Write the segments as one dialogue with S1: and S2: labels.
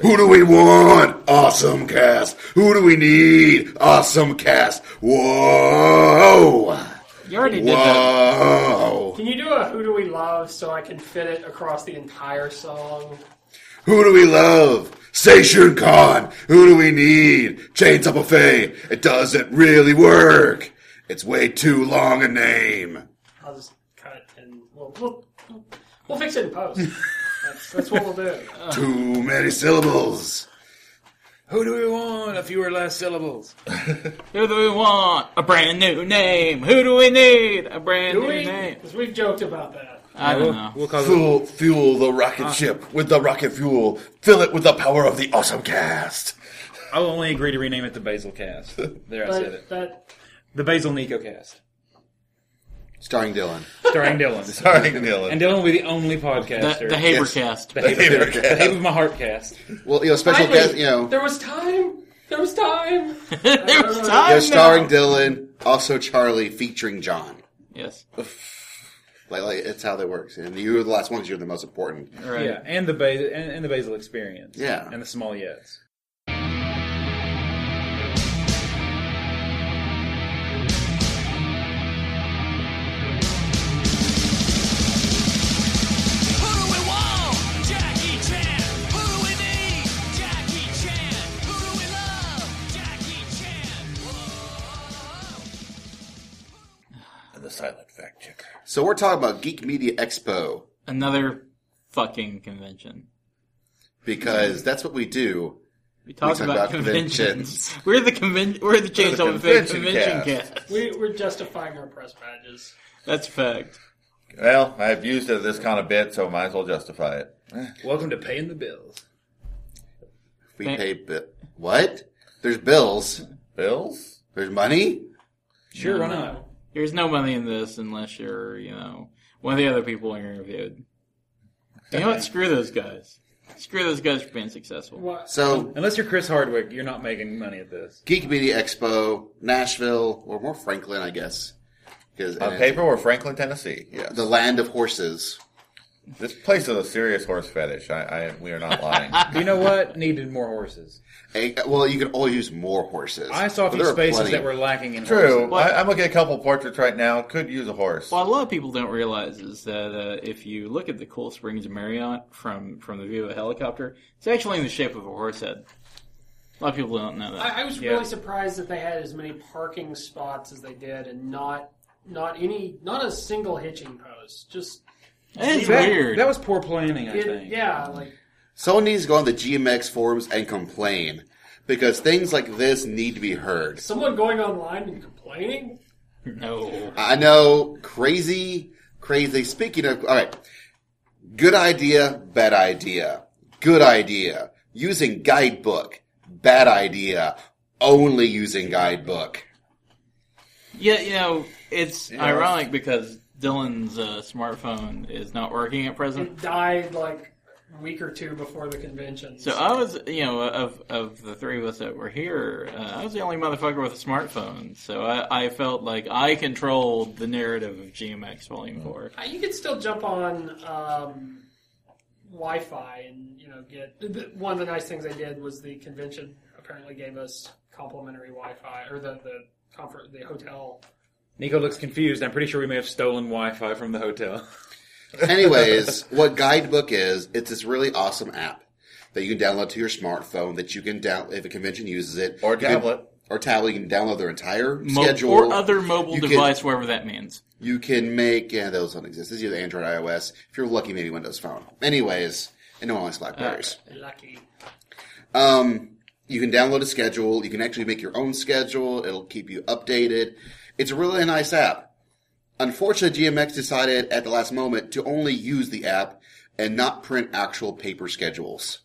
S1: Who do we want? Awesome cast. Who do we need? Awesome cast. Whoa.
S2: You already did that.
S1: Whoa.
S3: Can you do a Who Do We Love so I can fit it across the entire song?
S1: Who do we love? Station Khan. Who do we need? Chainsaw Buffet. It doesn't really work. It's way too long a name.
S3: I'll just cut it and we'll, we'll, we'll, we'll fix it in post. that's, that's what we'll do.
S1: Too many syllables.
S4: Who do we want? A fewer last syllables.
S2: Who do we want? A brand new name. Who do we need? A brand
S3: Do
S2: new
S3: we?
S2: name.
S3: Because we've joked about that.
S2: I don't know.
S4: We'll call it.
S1: Fuel, fuel the rocket ship with the rocket fuel. Fill it with the power of the awesome cast.
S4: I'll only agree to rename it the Basil Cast. There, I said
S3: But
S4: it.
S3: that
S4: The Basil Nico Cast,
S1: Starring Dylan.
S4: starring Dylan.
S1: Starring Dylan.
S4: And Dylan will be the only
S2: The,
S4: podcaster.
S2: the Haber
S1: Yes.
S2: cast.
S4: The Haber-
S1: Haber
S4: the
S1: Cast.
S4: Haber of my heart cast.
S1: Well, you know, special
S3: finally,
S1: guest, you know,
S3: there was time. There was time.
S2: there was time.
S1: yeah,
S2: now.
S1: starring Dylan, also Charlie, featuring John.
S2: Yes.
S1: Like, like it's how that works. And you're the last one 'cause you're the most important.
S2: All right.
S4: Yeah, and the Basil and, and the Basil Experience.
S1: Yeah.
S4: and the small yets.
S5: Who do we want? Jackie Chan. Who do we need? Jackie Chan. Who do we love? Jackie Chan.
S1: The silent fact checker. So we're talking about Geek Media Expo
S2: Another fucking convention.
S1: because that's what we do.
S2: We talk
S1: talk
S2: about,
S1: about
S2: conventions. We're the conven- We're the chainsaw convention,
S1: convention
S2: convention cast.
S1: cast.
S3: We, we're justifying our press badges.
S2: That's a fact.
S6: Well, I've used it this kind of bit, so might as well justify it.
S4: Welcome to paying the bills.
S1: We
S2: Thank-
S1: pay bi- what? There's bills.
S6: Bills?
S1: There's money.
S4: Sure, why not?
S2: There's no money in this unless you're, you know, one of the other people interviewed. You know what? Screw those guys. Screw those guys for being successful.
S3: What?
S1: So
S4: Unless you're Chris Hardwick, you're not making money at this.
S1: Geek Media Expo, Nashville, or more Franklin, I guess, because
S6: On paper, we're Franklin, Tennessee.
S1: yeah, the land of horses.
S6: This place is a serious horse fetish. I, I we are not lying.
S4: You know what? Needed more horses.
S1: Eh, well, you can always use more horses.
S4: I saw a
S1: But
S4: few
S1: there are
S4: spaces
S1: plenty.
S4: that were lacking in
S6: True.
S4: horses.
S2: What?
S6: I, I'm looking at a couple portraits right now. Could use a horse.
S2: What a lot of people don't realize is that uh, if you look at the Cool Springs Marriott from, from the view of a helicopter, it's actually in the shape of a horse head. A lot of people don't know that.
S3: I, I was
S4: Yeah.
S3: really surprised that they had as many parking spots as they did, and not not any not a single hitching post. Just
S2: That is
S4: That,
S2: weird.
S4: that was poor planning, I
S3: it,
S4: think.
S3: yeah, like
S1: Someone needs to go on the GMX forums and complain because things like this need to be heard.
S3: someone going online and complaining.
S2: no.
S1: I know, crazy, crazy. Speaking of, all right, good idea, bad idea, good idea. Using guidebook, bad idea. Only using guidebook.
S2: Yeah, you know, it's ironic because Dylan's uh, smartphone is not working at present.
S3: It died like a week or two before the convention.
S2: So uh, I was, you know, of of the three of us that were here, uh, I was the only motherfucker with a smartphone. So I, I felt like I controlled the narrative of GMX Volume Four.
S3: Uh, You can still jump on um, Wi-Fi and you know get. th- th- One of the nice things they did was the convention apparently gave us complimentary Wi-Fi or the the comfort the hotel.
S4: Nico looks confused. I'm pretty sure we may have stolen Wi-Fi from the hotel.
S1: Anyways, what Guidebook is, it's this really awesome app that you can download to your smartphone that you can down if a convention uses it
S6: Or
S1: you can-
S6: tablet.
S1: or tablet. You can download their entire
S2: Mo-
S1: schedule
S2: or other mobile
S1: You can-
S2: device, wherever that means.
S1: You can make yeah, those don't exist. It's either Android, iOS. If you're lucky, maybe Windows Phone. Anyways, and no one likes Blackberries.
S3: Lucky.
S1: Um, you can download a schedule. You can actually make your own schedule. It'll keep you updated. It's a really nice app. Unfortunately, GMX decided at the last moment to only use the app and not print actual paper schedules.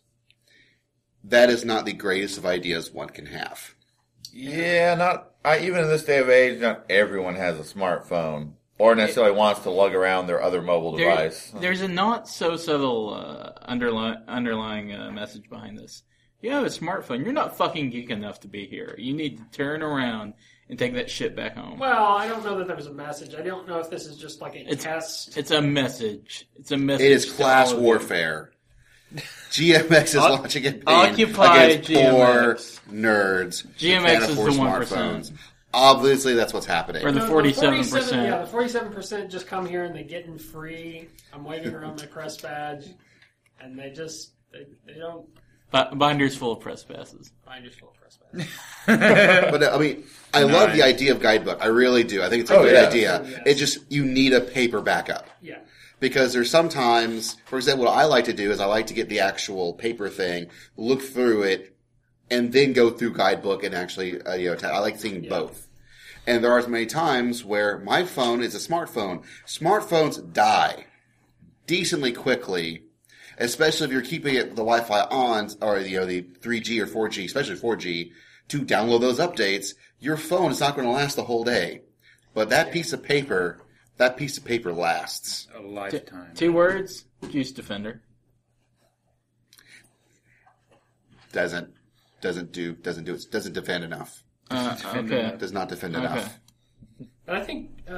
S1: That is not the greatest of ideas one can have.
S6: Yeah, not I, even in this day of age, not everyone has a smartphone or necessarily wants to lug around their other mobile
S2: There-
S6: device.
S2: There's a not so subtle uh, underli- underlying uh, message behind this. You have a smartphone. You're not fucking geek enough to be here. You need to turn around and take that shit back home.
S3: Well, I don't know that there was a message. I don't know if this is just like a
S2: It's-
S3: test.
S2: it's a message. It's a message.
S1: It is
S2: to
S6: Oh,
S1: class
S2: all of you.
S1: warfare.
S7: GMX is launching a campaign
S2: Occupy
S7: against poor
S2: GMX.
S7: nerds. who
S2: GMX
S7: can't
S2: is the
S7: afford
S2: 1%.
S7: smartphones. Obviously, that's what's happening.
S2: Or the
S3: No,
S2: 47%.
S3: 47 Yeah, the forty-seven percent just come here and they get in free. I'm waving around my press badge, and they just they, they don't
S2: Bi- binder's full of press passes.
S3: find your full press badge.
S7: But uh, I mean, I love the idea of guidebook. I really do. I think it's a
S6: Oh,
S7: great
S6: yeah.
S7: idea.
S3: Yes.
S7: It just you need a paper backup
S3: Yeah,
S7: because there's sometimes, for example, what I like to do is I like to get the actual paper thing, look through it, and then go through guidebook and actually, uh, you know, ta- I like seeing both. And there are many times where my phone is a smartphone. Smartphones die decently quickly, especially if you're keeping it, the Wi-Fi on or you know the 3G or 4G, especially 4G, to download those updates. Your phone is not going to last the whole day, but that piece of paper, that piece of paper lasts.
S1: A lifetime.
S2: Two words, Juice Defender.
S7: Doesn't doesn't do doesn't do it doesn't defend enough.
S2: Uh, okay.
S7: Does not defend
S2: Okay.
S7: enough.
S3: but I think uh,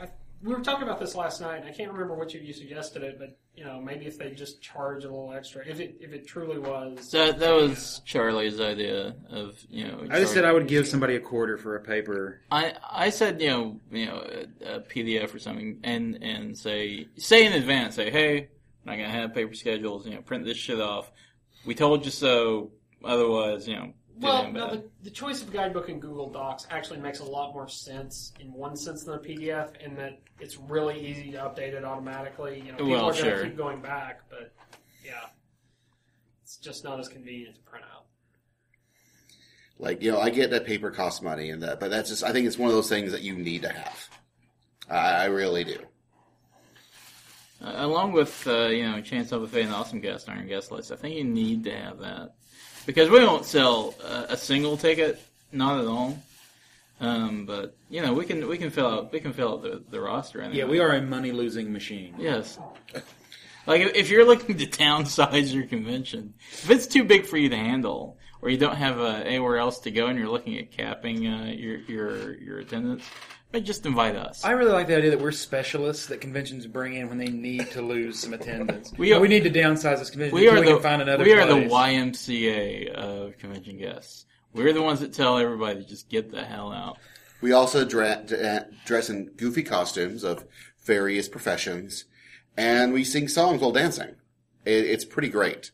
S3: I, we were talking about this last night. and I can't remember which of you suggested it, but you know maybe if they just charge a little extra, if it if it truly was.
S2: That, that was Charlie's idea of, you know.
S1: I just said I would give somebody a quarter for a paper.
S2: I I said you know you know a, a PDF or something and and say say in advance say hey I'm not gonna have paper schedules you know print this shit off we told you so otherwise you know do
S3: Well,
S2: them
S3: no,
S2: bad."
S3: the, the choice of guidebook in Google Docs actually makes a lot more sense in one sense than a PDF, in that it's really easy to update it automatically. You know, people
S2: Well,
S3: are going to
S2: sure.
S3: keep going back, but yeah, it's just not as convenient to print out.
S7: Like you know, I get that paper costs money and that, but that's just I think it's one of those things that you need to have. I, I really do.
S2: Uh, along with uh, you know Chainsaw Buffet and Awesome Cast Iron Guest List I think you need to have that because we don't sell uh, a single ticket not at all um, but you know we can we can fill out we can fill out the, the roster anyway.
S1: Yeah, we are a money losing machine.
S2: Yes. Like if- if you're looking to downsize your convention, if it's too big for you to handle, or you don't have uh, anywhere else to go, and you're looking at capping uh, your your your attendance, then just invite us.
S4: I really like the idea that we're specialists that conventions bring in when they need to lose some attendance.
S2: We
S4: we,
S2: are-
S4: we need to downsize this convention.
S2: we
S4: until
S2: are
S4: can
S2: the
S4: find another.
S2: we are the
S4: place.
S2: YMCA of convention guests. We're the ones that tell everybody to just get the hell out.
S7: We also dra- d- uh, dress in goofy costumes of various professions, and we sing songs while dancing. It, it's pretty great.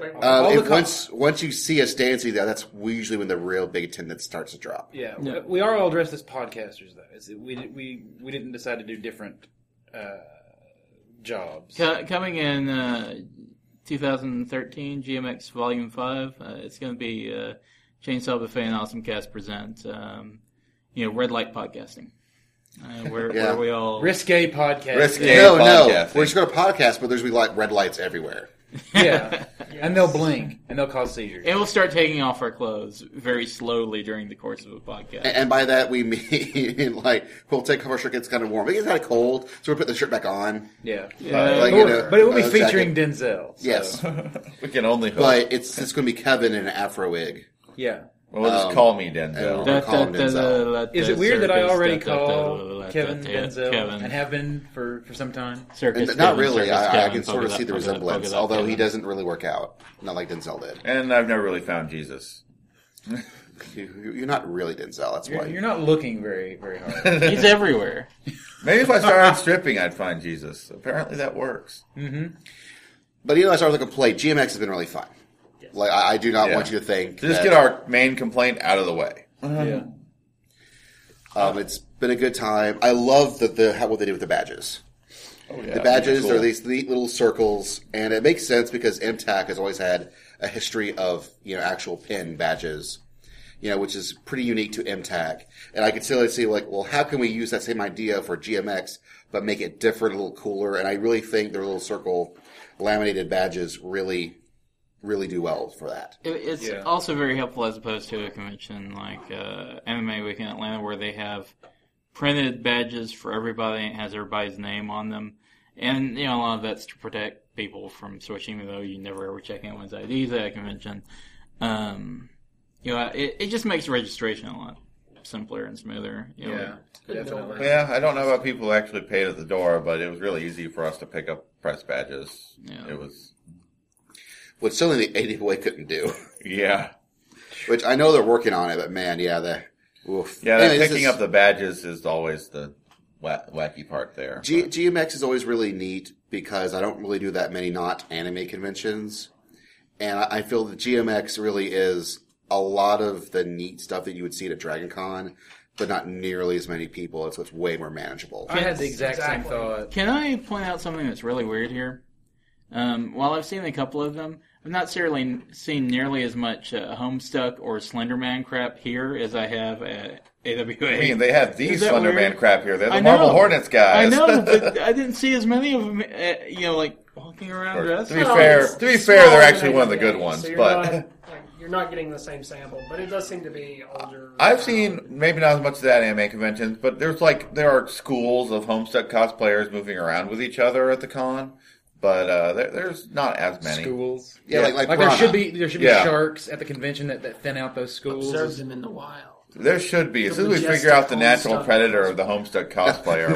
S3: Wait,
S7: Um,
S4: All
S7: if
S4: the co-
S7: once once you see us dancing, though, that's usually when the real big attendance starts to drop.
S4: Yeah, we
S2: No.
S4: we are all dressed as podcasters though. It's, we we we didn't decide to do different uh, jobs.
S2: Co- coming in uh, 2013, GMX Volume 5, uh, it's going to be uh, Chainsaw Buffet and Awesome Cast present, um, you know, Red Light Podcasting, uh, where,
S7: Yeah.
S2: where we all...
S4: Risque podcast.
S6: Risque.
S7: no, no,
S6: podcasting.
S7: we're just going to podcast, but there's we like red lights everywhere.
S4: Yeah, and they'll blink and they'll cause seizures.
S2: And we'll start taking off our clothes very slowly during the course of a podcast.
S7: And, and by that we mean like we'll take off our shirt; it's kind of warm. It gets kind of cold, so we'll put the shirt back on.
S4: Yeah,
S2: Yeah.
S7: Like,
S4: But,
S7: you know,
S4: but it will be
S7: uh,
S4: featuring
S7: jacket.
S4: Denzel. so-
S7: Yes,
S6: We can only hope.
S7: but it's it's going to be Kevin in an afro wig.
S4: yeah.
S6: well, just
S7: um,
S6: call me Denzel.
S7: uh,
S2: Da-
S7: we're
S2: da-
S7: calling
S2: da-
S7: Denzel.
S2: da- da-
S4: Is it
S2: da-
S4: weird that I
S2: circus,
S4: already
S2: da- da- da- da- da-
S4: call
S2: da- da-
S4: Kevin
S2: da-
S4: Denzel
S2: Kevin.
S4: and have been for, for some time?
S2: Circus
S7: And not
S2: Kevin,
S7: really.
S2: circus
S7: I, I
S2: Kevin,
S7: can
S2: fuck
S7: sort
S2: it
S7: of
S2: up,
S7: see the
S2: fuck it up, fuck
S7: resemblance,
S2: it up,
S7: although he
S2: Kevin.
S7: doesn't really work out, not like Denzel did.
S6: and I've never really found Jesus.
S7: You, you're not really Denzel. That's
S4: You're,
S7: why.
S4: you're not looking very very hard.
S2: He's everywhere.
S6: Maybe if I started stripping, I'd find Jesus. Apparently, that works.
S7: But you know, I started like a play. GMX has been really fun. Like I, I do not
S6: Yeah.
S7: want you to think.
S6: Just
S7: that,
S6: get our main complaint out of the way.
S4: yeah.
S6: Oh.
S7: Um, it's been a good time. I love the, the how what they did with the badges.
S6: Oh, yeah.
S7: the badges
S6: Cool.
S7: are these neat little circles, and it makes sense because MTAC has always had a history of you know actual pin badges, you know, which is pretty unique to MTAC. And I could still see like, well, how can we use that same idea for GMX but make it different, a little cooler? And I really think their little circle laminated badges really, really do well for that.
S2: It, it's
S4: Yeah.
S2: also very helpful as opposed to a convention like uh, MMA Week in Atlanta, where they have printed badges for everybody and it has everybody's name on them. And you know, a lot of that's to protect people from switching, even though you never ever check anyone's IDs at a convention. Um, you know, it, it just makes registration a lot simpler and smoother. You know.
S4: Yeah. Definitely.
S6: Yeah, I don't know about people who actually paid at the door, but it was really easy for us to pick up press badges.
S2: Yeah.
S6: It was
S7: which something the AWA couldn't do.
S6: Yeah.
S7: Which I know they're working on it, but man, yeah, they. Oof.
S6: Yeah, that
S7: Anyway, this
S6: picking
S7: is-
S6: up the badges is always the wa- wacky part there.
S7: G-
S6: but-
S7: GMX is always really neat because I don't really do that many not anime conventions, and I I feel that GMX really is a lot of the neat stuff that you would see at a Dragon Con, but not nearly as many people, so it's way more manageable.
S4: I had the exact same
S3: Exactly.
S4: thought.
S2: Can I point out something that's really weird here? Um, while I've seen a couple of them, I've not seriously seen nearly as much uh, Homestuck or Slenderman crap here as I have at AWA.
S6: I mean, they have these
S2: Is that
S6: Slender Man
S2: weird?
S6: crap here. They're the
S2: I
S6: Marble
S2: know.
S6: Hornets guys.
S2: I know, but I didn't see as many of them. Uh, you know, like walking around dressed.
S6: To be
S3: No,
S6: fair,
S3: it's
S6: to be
S3: smaller
S6: fair, they're
S3: than
S6: actually one of the
S3: AWA,
S6: good ones.
S3: so you're
S6: but
S3: not, like, you're not getting the same sample. But it does seem to be older.
S6: I've seen maybe not as much of that anime conventions, but there's like there are schools of Homestuck cosplayers moving around with each other at the con, but uh, there, there's not as many.
S4: Schools.
S7: yeah, like like,
S4: Like there
S7: Piranha.
S4: should be there should be
S6: Yeah.
S4: sharks at the convention that, that thin out those schools.
S8: Observe them in the wild.
S6: There should be. As
S8: The
S6: soon as we
S8: majestic
S6: figure out the natural
S8: Homestuck
S6: predator of the Homestuck cosplayer,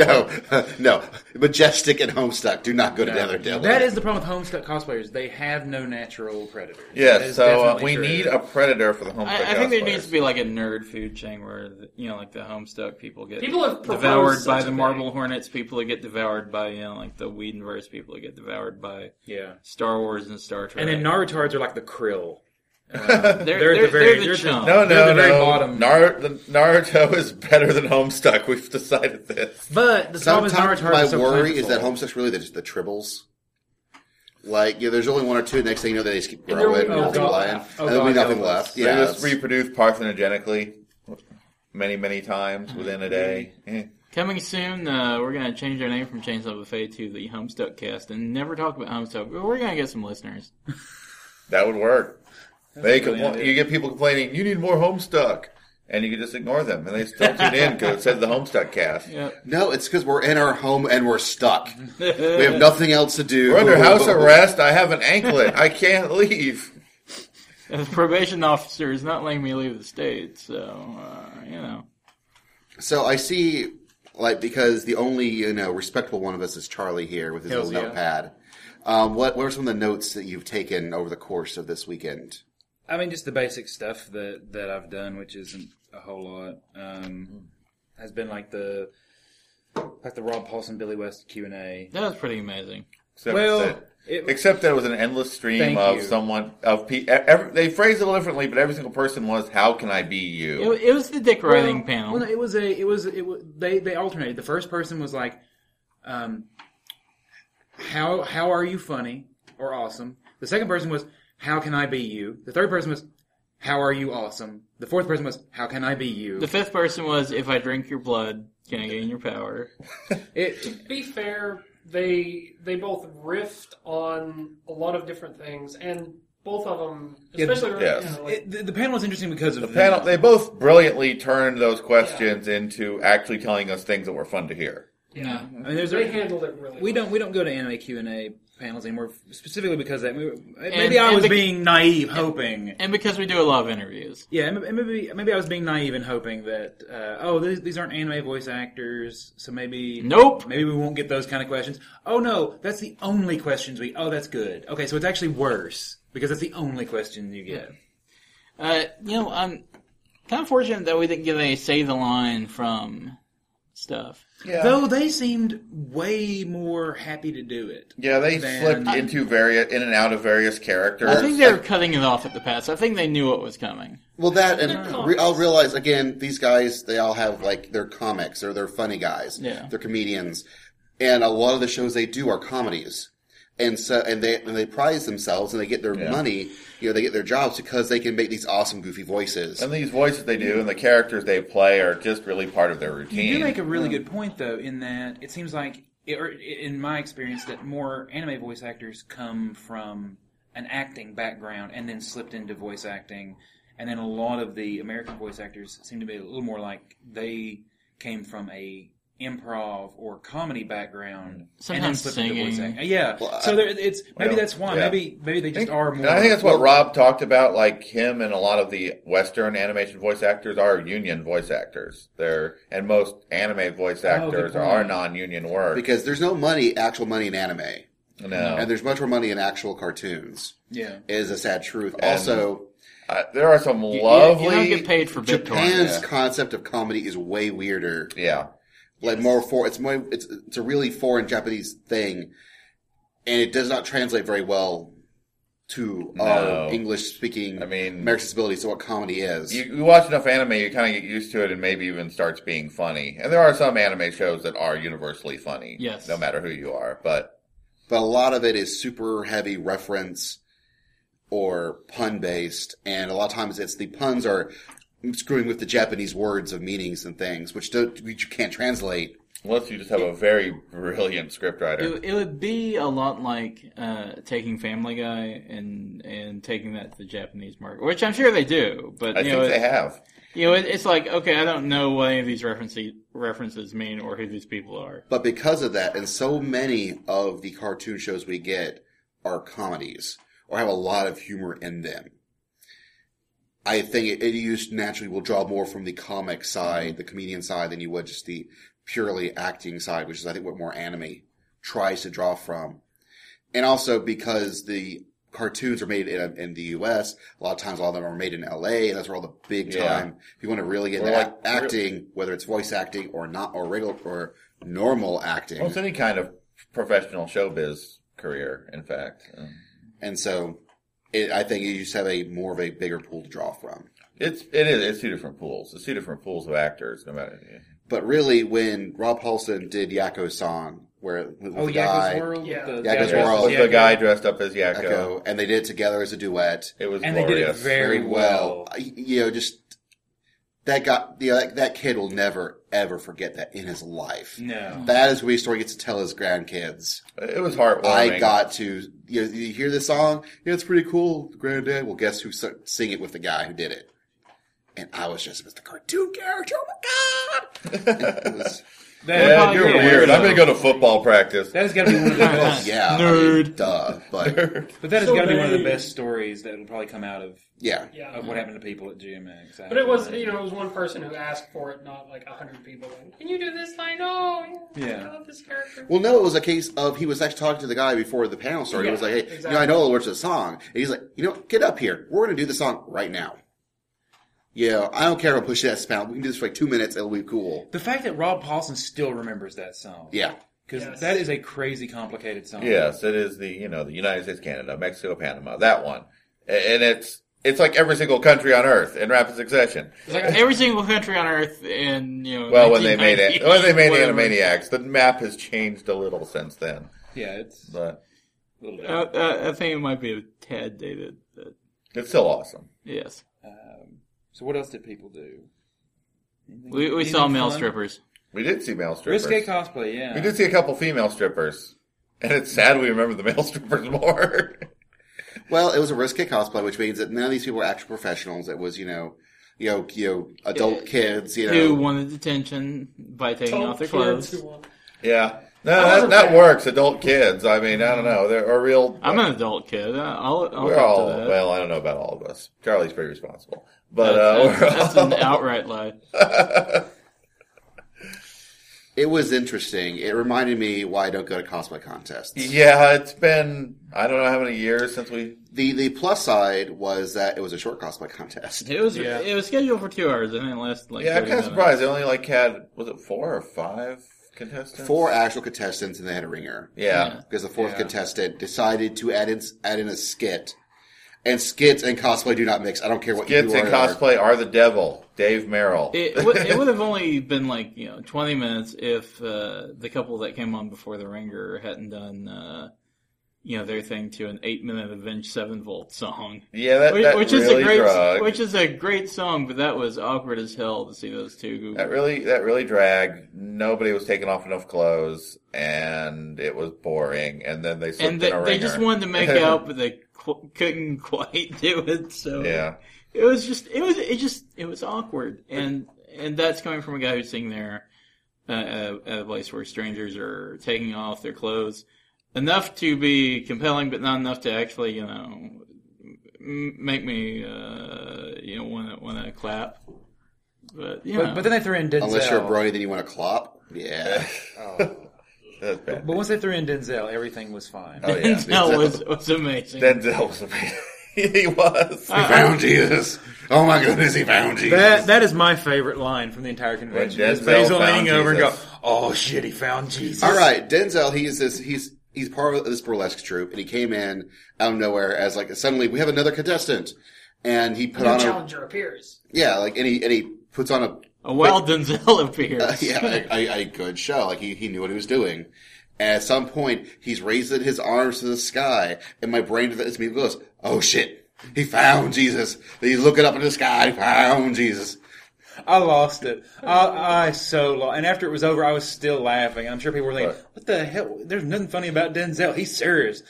S6: Oh.
S7: No, no, majestic and homestuck do not go together. Devil.
S4: That is the problem with Homestuck cosplayers. They have no natural predators. That
S6: yes.
S4: is
S6: So uh,
S4: definitely
S6: we
S4: true.
S6: need a predator for the Homestuck.
S2: I, I think there
S6: cosplayers.
S2: needs to be like a nerd food chain where the, you know, like the Homestuck people get
S3: People have proposed
S2: devoured
S3: such
S2: by
S3: a
S2: the
S3: thing.
S2: Marble Hornets, people that get devoured by you know, like the Whedonverse people that get devoured by
S1: Yeah.
S2: Star Wars and Star Trek.
S1: And then Narutards are like the krill.
S2: they're,
S1: they're
S2: they're,
S1: at the
S2: they're the
S1: very- they're the-
S2: chump.
S6: No,
S4: They're
S6: no,
S4: the very
S6: no.
S4: bottom.
S6: Nar- the Naruto is better than Homestuck. We've decided this.
S4: But the problem is
S7: Sometimes
S4: Narutards
S7: my
S4: are so
S7: worry is
S4: plentiful.
S7: that homestuck's really just the tribbles. Like, yeah, there's only one or two. Next thing you know, they just keep
S3: And there will
S7: growing and
S3: be nothing
S7: multiplying,
S4: left. Oh,
S7: and there'll be
S4: God,
S7: nothing
S4: no.
S7: left.
S6: They
S7: Yeah,
S6: just
S7: it's-
S6: reproduce parthenogenically many, many times within a day.
S4: Mm-hmm.
S6: Eh.
S2: Coming soon, uh, we're going to change our name from Chainsaw Buffet to the Homestuck Cast and never talk about Homestuck. But We're going to get some listeners.
S6: That would work. they
S4: really
S6: compl-
S4: good.
S6: you get people complaining, you need more Homestuck. And you can just ignore them, and they still tune in because it says the Homestuck cast.
S2: Yep.
S7: No, it's because we're in our home and we're stuck. we have nothing else to do.
S6: We're under house arrest. I have an anklet. I can't leave.
S2: And the probation officer is not letting me leave the state, so, uh, you know.
S7: So I see, like, because the only you know respectable one of us is Charlie here with his
S4: Hells
S7: little
S4: yeah.
S7: notepad. Um, what what are some of the notes that you've taken over the course of this weekend?
S4: I mean, just the basic stuff that that I've done, which isn't a whole lot, um, has been like the like the Rob Paulson Billy West Q and A.
S2: That was pretty amazing.
S6: Except
S4: Well,
S6: that-
S4: it,
S6: Except that it was an endless stream
S4: Thank
S6: of
S4: you.
S6: someone of pe- e, every, they phrased it differently, but every single person was, "How can I be
S2: It,
S6: you?"
S2: wa- it was the dick writing
S4: well,
S2: panel.
S4: Well, no, it was a it was it was, they they alternated. The first person was like, um, how how are you funny or awesome? The second person was how can I be you? The third person was how are you awesome? The fourth person was how can I be you?
S2: the fifth person was, if I drink your blood, can I gain your power?
S4: It,
S3: To be fair, they they both riffed on a lot of different things, and both of them, especially
S6: yes.
S3: you know, like,
S4: it the, the panel was interesting because of
S6: The panel
S4: them.
S6: they both brilliantly turned those questions into actually telling us things that were fun to hear.
S3: yeah,
S4: I mean, there's a-
S3: they handled it really.
S4: We
S3: well.
S4: don't we don't go to anime Q and A panels anymore, specifically because that maybe
S2: And-
S4: I
S2: and
S4: was
S2: bec-
S4: being naive, hoping.
S2: And because we do a lot of interviews.
S4: Yeah, and maybe maybe I was being naive and hoping that uh, oh these, these aren't anime voice actors, so maybe
S2: Nope.
S4: maybe we won't get those kind of questions. Oh no, that's the only questions we. Oh, that's good. Okay, so it's actually worse because that's the only question you get.
S2: Uh, you know, I'm kind of fortunate that we didn't get a say the line from stuff.
S6: Yeah,
S4: Though they seemed way more happy to do it.
S6: yeah, they
S4: Then-
S6: slipped into various in and out of various characters.
S2: I think they were cutting it off at the pass. I think they knew what was coming.
S7: Well, that and re- I'll realize again, these guys they all have like their comics or they're funny guys,
S2: Yeah.
S7: they're comedians, and a lot of the shows they do are comedies, and so and they and they prize themselves and they get their money, you know, they get their jobs because they can make these awesome goofy voices.
S6: and these voices they do and the characters they play are just really part of their
S4: You
S6: routine.
S4: do make a really good point, though, in that it seems like, it, or i- in my experience, that more anime voice actors come from an acting background and then slipped into voice acting, and then a lot of the American voice actors seem to be a little more like they came from a improv or comedy background and then
S2: Sometimes
S4: slipped into voice
S2: singing.
S4: acting. Yeah,
S7: Well,
S4: so there, it's maybe
S6: Well,
S4: that's why.
S6: yeah.
S4: Maybe maybe they just are more.
S6: And I think that's what Rob talked about. Like him and a lot of the Western animation voice actors are union voice actors. They're and most anime voice
S4: good
S2: Oh,
S6: actors
S4: point.
S6: are non-union work.
S7: because there's no money, actual money in anime.
S6: No.
S7: And there's much more money in actual cartoons.
S4: Yeah.
S7: Is a sad truth. also,
S6: Uh, there are some
S2: You- you-
S6: lovely.
S2: You, don't get paid for BitTorrent.
S7: Japan's concept of comedy is way weirder.
S6: Yeah.
S7: Like more for it's more it's it's a really foreign Japanese thing, and it does not translate very well to
S6: No.
S7: our English speaking.
S6: I mean-
S7: American disabilities to what comedy is.
S6: You, you watch enough anime, you kind of get used to it, and maybe even starts being funny. And there are some anime shows that are universally funny,
S2: Yes.
S6: no matter who you are. But
S7: but a lot of it is super heavy reference or pun based, and a lot of times it's the puns are screwing with the Japanese words of meanings and things, which don't which you can't translate.
S6: unless you just have a very brilliant scriptwriter,
S2: It, it would be a lot like uh, taking Family Guy and and taking that to the Japanese market, which I'm sure they do. But
S6: I
S2: you
S6: think
S2: know,
S6: they
S2: it,
S6: have.
S2: you know, it, it's like okay, I don't know what any of these references references mean or who these people are.
S7: But because of that, and so many of the cartoon shows we get are comedies or have a lot of humor in them. I think it, it just naturally will draw more from the comic side, the comedian side, than you would just the purely acting side, which is I think what more anime tries to draw from. And also because the cartoons are made in, in the U.S., a lot of times a lot of them are made in L.A., and that's where all the big
S6: Yeah.
S7: time. If you want to really get
S6: Or
S7: into
S6: like
S7: act- acting, whether it's voice acting or not, or regular or normal acting,
S6: Almost any kind of professional showbiz career, in fact. Um,
S7: and so it, I think you just have a more of a bigger pool to draw from.
S6: It's it is it's two different pools. It's two different pools of actors. No matter.
S7: But really, when Rob Paulson did Yako's song, where with
S4: Oh,
S7: the
S4: Yakko's
S7: guy
S4: World.
S3: Yeah.
S4: The,
S7: Yakko's
S6: Yeah,
S7: World.
S6: was the guy dressed up as Yakko.
S7: Yakko, and they did it together as a duet,
S6: It was
S4: And they did it
S6: glorious.
S4: very, well.
S7: I- You know, just that got you know, that, that kid will never ever forget that in his life.
S4: No.
S7: That is what his story gets to tell his grandkids.
S6: It was heartwarming.
S7: I got to you know you hear the song, yeah, it's pretty cool, granddad. Well, guess who su- sing it with the guy who did it? And I was just, it's the cartoon character. Oh my god! It was-
S6: Yeah, you're
S2: Yeah.
S6: weird. I'm gonna go to football practice.
S4: That has got to be one of the
S7: well,
S4: best.
S7: yeah, I mean,
S2: Nerd.
S7: duh. But
S4: But that has
S3: So
S4: got to be one of the
S3: they-
S4: best stories that will probably come out of,
S7: yeah,
S3: Yeah.
S4: of what happened to people at GMX.
S3: But it was, you know, it was one person who asked for it, not like a hundred people. Like, Can you do this line? Oh, yeah,
S4: Yeah.
S3: I love this character.
S7: Well, no, it was a case of he was actually talking to the guy before the panel started. he was
S3: Yeah,
S7: like, "Hey, you know, I
S3: exactly.
S7: know all the words of the song," and he's like, "You know, get up here. We're going to do the song right now." Yeah, I don't care if I push that spout. We can do this for like two minutes. It'll be cool.
S4: The fact that Rob Paulson still remembers that song.
S7: Yeah,
S4: Because
S3: Yes.
S4: that is a crazy complicated song.
S6: Yes, it is the you know the United States, Canada, Mexico, Panama, that one, A- and it's it's like every single country on Earth in rapid succession.
S2: It's like every single country on Earth, in you know.
S6: Well, when they made it,
S2: 1990s,
S6: when they made
S2: whatever.
S6: Animaniacs, the map has changed a little since then.
S4: Yeah, it's a
S6: But
S4: little
S2: Uh, uh, I think it might be a tad dated. But
S6: it's still awesome.
S2: yes,
S4: Um, so what else did people do?
S2: we we
S4: Anything
S2: saw male
S4: fun?
S2: strippers.
S6: We did see male strippers.
S4: Risque cosplay, yeah.
S6: We did see a couple female strippers, and it's sad we remember the male strippers more.
S7: Well, it was a risky cosplay, which means that none of these people were actual professionals. It was, you know, you know, you know adult kids, you know.
S2: Who wanted detention by taking off their
S3: kids
S2: clothes?
S3: who want-
S6: yeah, no, that,
S3: wasn't
S6: that
S3: bad.
S6: works. Adult kids. I mean, I don't know. They're a real.
S2: I'm an adult kid. I- I'll, I'll
S6: We're
S2: talk
S6: all
S2: to that.
S6: well. I don't know about all of us. Charlie's pretty responsible, but uh,
S2: that's,
S6: we're
S2: that's- that's
S6: all-
S2: an outright lie.
S7: It was interesting. It reminded me why I don't go to cosplay contests.
S6: yeah. It's been I don't know how many years since we.
S7: The the plus side was that it was a short cosplay contest.
S2: It was
S4: Yeah.
S2: it was scheduled for two hours. I think it lasted like
S6: yeah, I'm
S2: 30
S6: kind of
S2: minutes.
S6: surprised. They only like had was it four or five contestants?
S7: Four actual contestants and they had a ringer.
S6: Yeah.
S7: Because the fourth
S4: Yeah.
S7: contestant decided to add in add in a skit. And skits and cosplay do not mix. I don't care what
S6: Skits
S7: you
S6: and
S7: are.
S6: cosplay are the devil. Dave Merrill.
S2: It would, it would have only been like you know 20 minutes if uh, the couple that came on before the ringer hadn't done uh, you know their thing to an eight minute Avenged Sevenfold song,
S6: yeah, that,
S2: which,
S6: that
S2: which
S6: really
S2: is a great
S6: drug.
S2: which is a great song, but that was awkward as hell to see those two.
S6: That really that really dragged. Nobody was taking off enough clothes, and it was boring. And then they slipped
S2: and they,
S6: in a
S2: they
S6: ringer.
S2: just wanted to make out, but they qu- couldn't quite do it. So
S6: yeah,
S2: it was just it was it just it was awkward and and that's coming from a guy who's sitting there uh, at at a place where strangers are taking off their clothes enough to be compelling but not enough to actually you know m- make me uh, you know want to want to clap but you know
S4: But, but then they threw in Denzel.
S7: Unless you're a brony, then you want to clop. Yeah.
S6: That's bad.
S4: But once they threw in Denzel, everything was fine.
S6: Oh, yeah.
S2: Denzel was was amazing.
S6: Denzel was amazing. he was.
S2: Uh,
S7: He found Jesus. Oh my goodness, he found Jesus.
S4: That that is my favorite line from the entire convention.
S6: When
S4: Is
S6: Denzel
S4: Basil
S6: found
S4: leaning over and go,
S6: Jesus.
S4: "Oh shit, he found Jesus."
S7: All right, Denzel. He is this. He's he's part of this burlesque troupe, and he came in out of nowhere as like suddenly we have another contestant, and he put
S3: The
S7: on a
S3: challenger appears.
S7: yeah like and he and he puts on a
S2: A wild Denzel appears.
S7: yeah a, a, a good show. Like he he knew what he was doing. And at some point, he's raising his arms to the sky, and my brain that is me goes, "Oh shit, he found Jesus." And he's looking up in the sky, found Jesus.
S4: I lost it. I, I so lost. And after it was over, I was still laughing. And I'm sure people were thinking, "What the hell? There's nothing funny about Denzel. He's serious."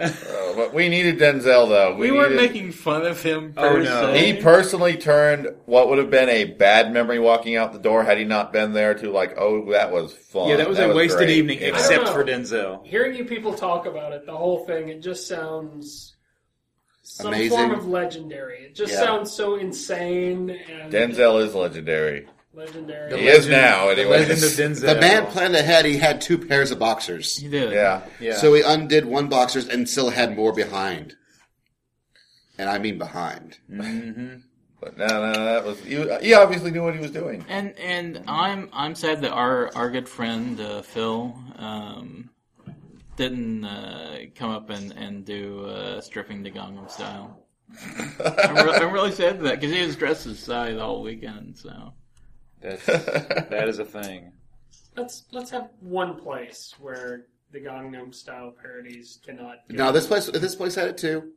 S6: Oh, but we needed Denzel though.
S2: We weren't
S6: needed-
S2: making fun of him. Per
S4: Oh, no.
S2: se.
S6: He personally turned what would have been a bad memory walking out the door had he not been there to like, oh, that was fun.
S4: Yeah, that was a wasted
S6: great.
S4: evening,
S6: You know?
S3: I don't
S4: except
S3: know.
S4: for Denzel.
S3: Hearing you people talk about it, the whole thing, it just sounds some
S7: Amazing.
S3: form of legendary. It just
S7: Yeah.
S3: sounds so insane and
S6: Denzel is legendary.
S3: legendary.
S6: He
S4: Yeah.
S6: is now,
S4: The Legend of
S6: anyways.
S4: Denzel.
S7: The man planned ahead. He had two pairs of boxers,
S2: He did.
S6: Yeah,
S4: Yeah.
S7: so he undid one boxers and still had more behind. And I mean behind.
S6: but no, no, no, that was he, he. Obviously knew what he was doing.
S2: And and I'm I'm sad that our our good friend uh, Phil um, didn't uh, come up and and do uh, stripping to Gangnam Style. I'm, re- I'm really sad for that because he was dressed as Psy the whole weekend. So
S4: That's, that is a thing.
S3: Let's let's have one place where the Gangnam Style parodies cannot. Get
S7: Now this place, this place had it too.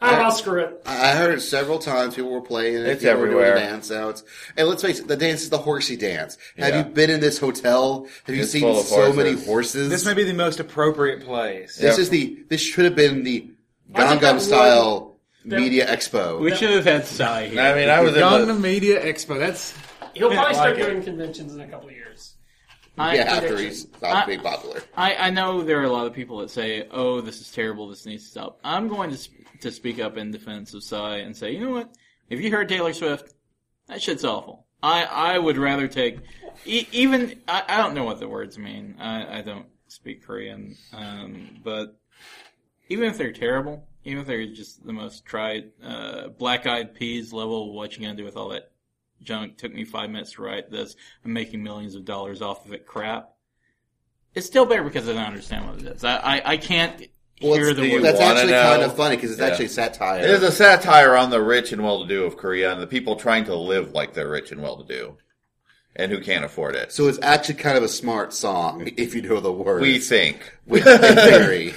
S3: Ah, I'll screw it.
S7: I I heard it several times. People were playing it.
S6: It's
S7: people Were
S6: everywhere.
S7: doing the dance outs. And let's face it, the dance is the horsey dance. Have
S6: Yeah.
S7: you been in this hotel? Have you
S6: It's
S7: seen
S6: full of
S7: so
S6: horses.
S7: many horses?
S4: This may be the most appropriate place.
S7: This
S6: Yeah.
S7: is the. This should have been the
S3: I think that
S7: Gangnam
S3: was-
S7: Style Media Expo.
S2: we should have had Psy here.
S6: I mean, I was in
S4: Young
S6: the,
S4: Media Expo. That's
S3: He'll
S4: Yeah, I
S3: probably start
S4: like it.
S3: doing conventions in a couple of years.
S2: I,
S7: yeah, after he's
S2: I-
S7: not being popular.
S2: I, I know there are a lot of people that say, "Oh, this is terrible. This needs to stop." I'm going to sp- to speak up in defense of Psy and say, "You know what? If you heard Taylor Swift, that shit's awful. I I would rather take e- even I, I don't know what the words mean. I I don't speak Korean, um, but even if they're terrible, even if they're just the most tried uh, Black Eyed Peas level, what you gonna do with all that junk? Took me five minutes to write this. I'm making millions of dollars off of it. Crap. It's still better because I don't understand what it is. I I, I can't
S7: Well,
S2: hear
S7: it's-
S2: the
S6: the-
S2: word.
S7: that's
S6: wanna
S7: actually
S6: know?
S7: kind of funny because it's
S6: Yeah.
S7: actually satire.
S6: it is a satire on the rich and well-to-do of Korea and the people trying to live like they're rich and well-to-do, and who can't afford it.
S7: so it's actually kind of a smart song if you know the words.
S6: We think.
S7: in theory.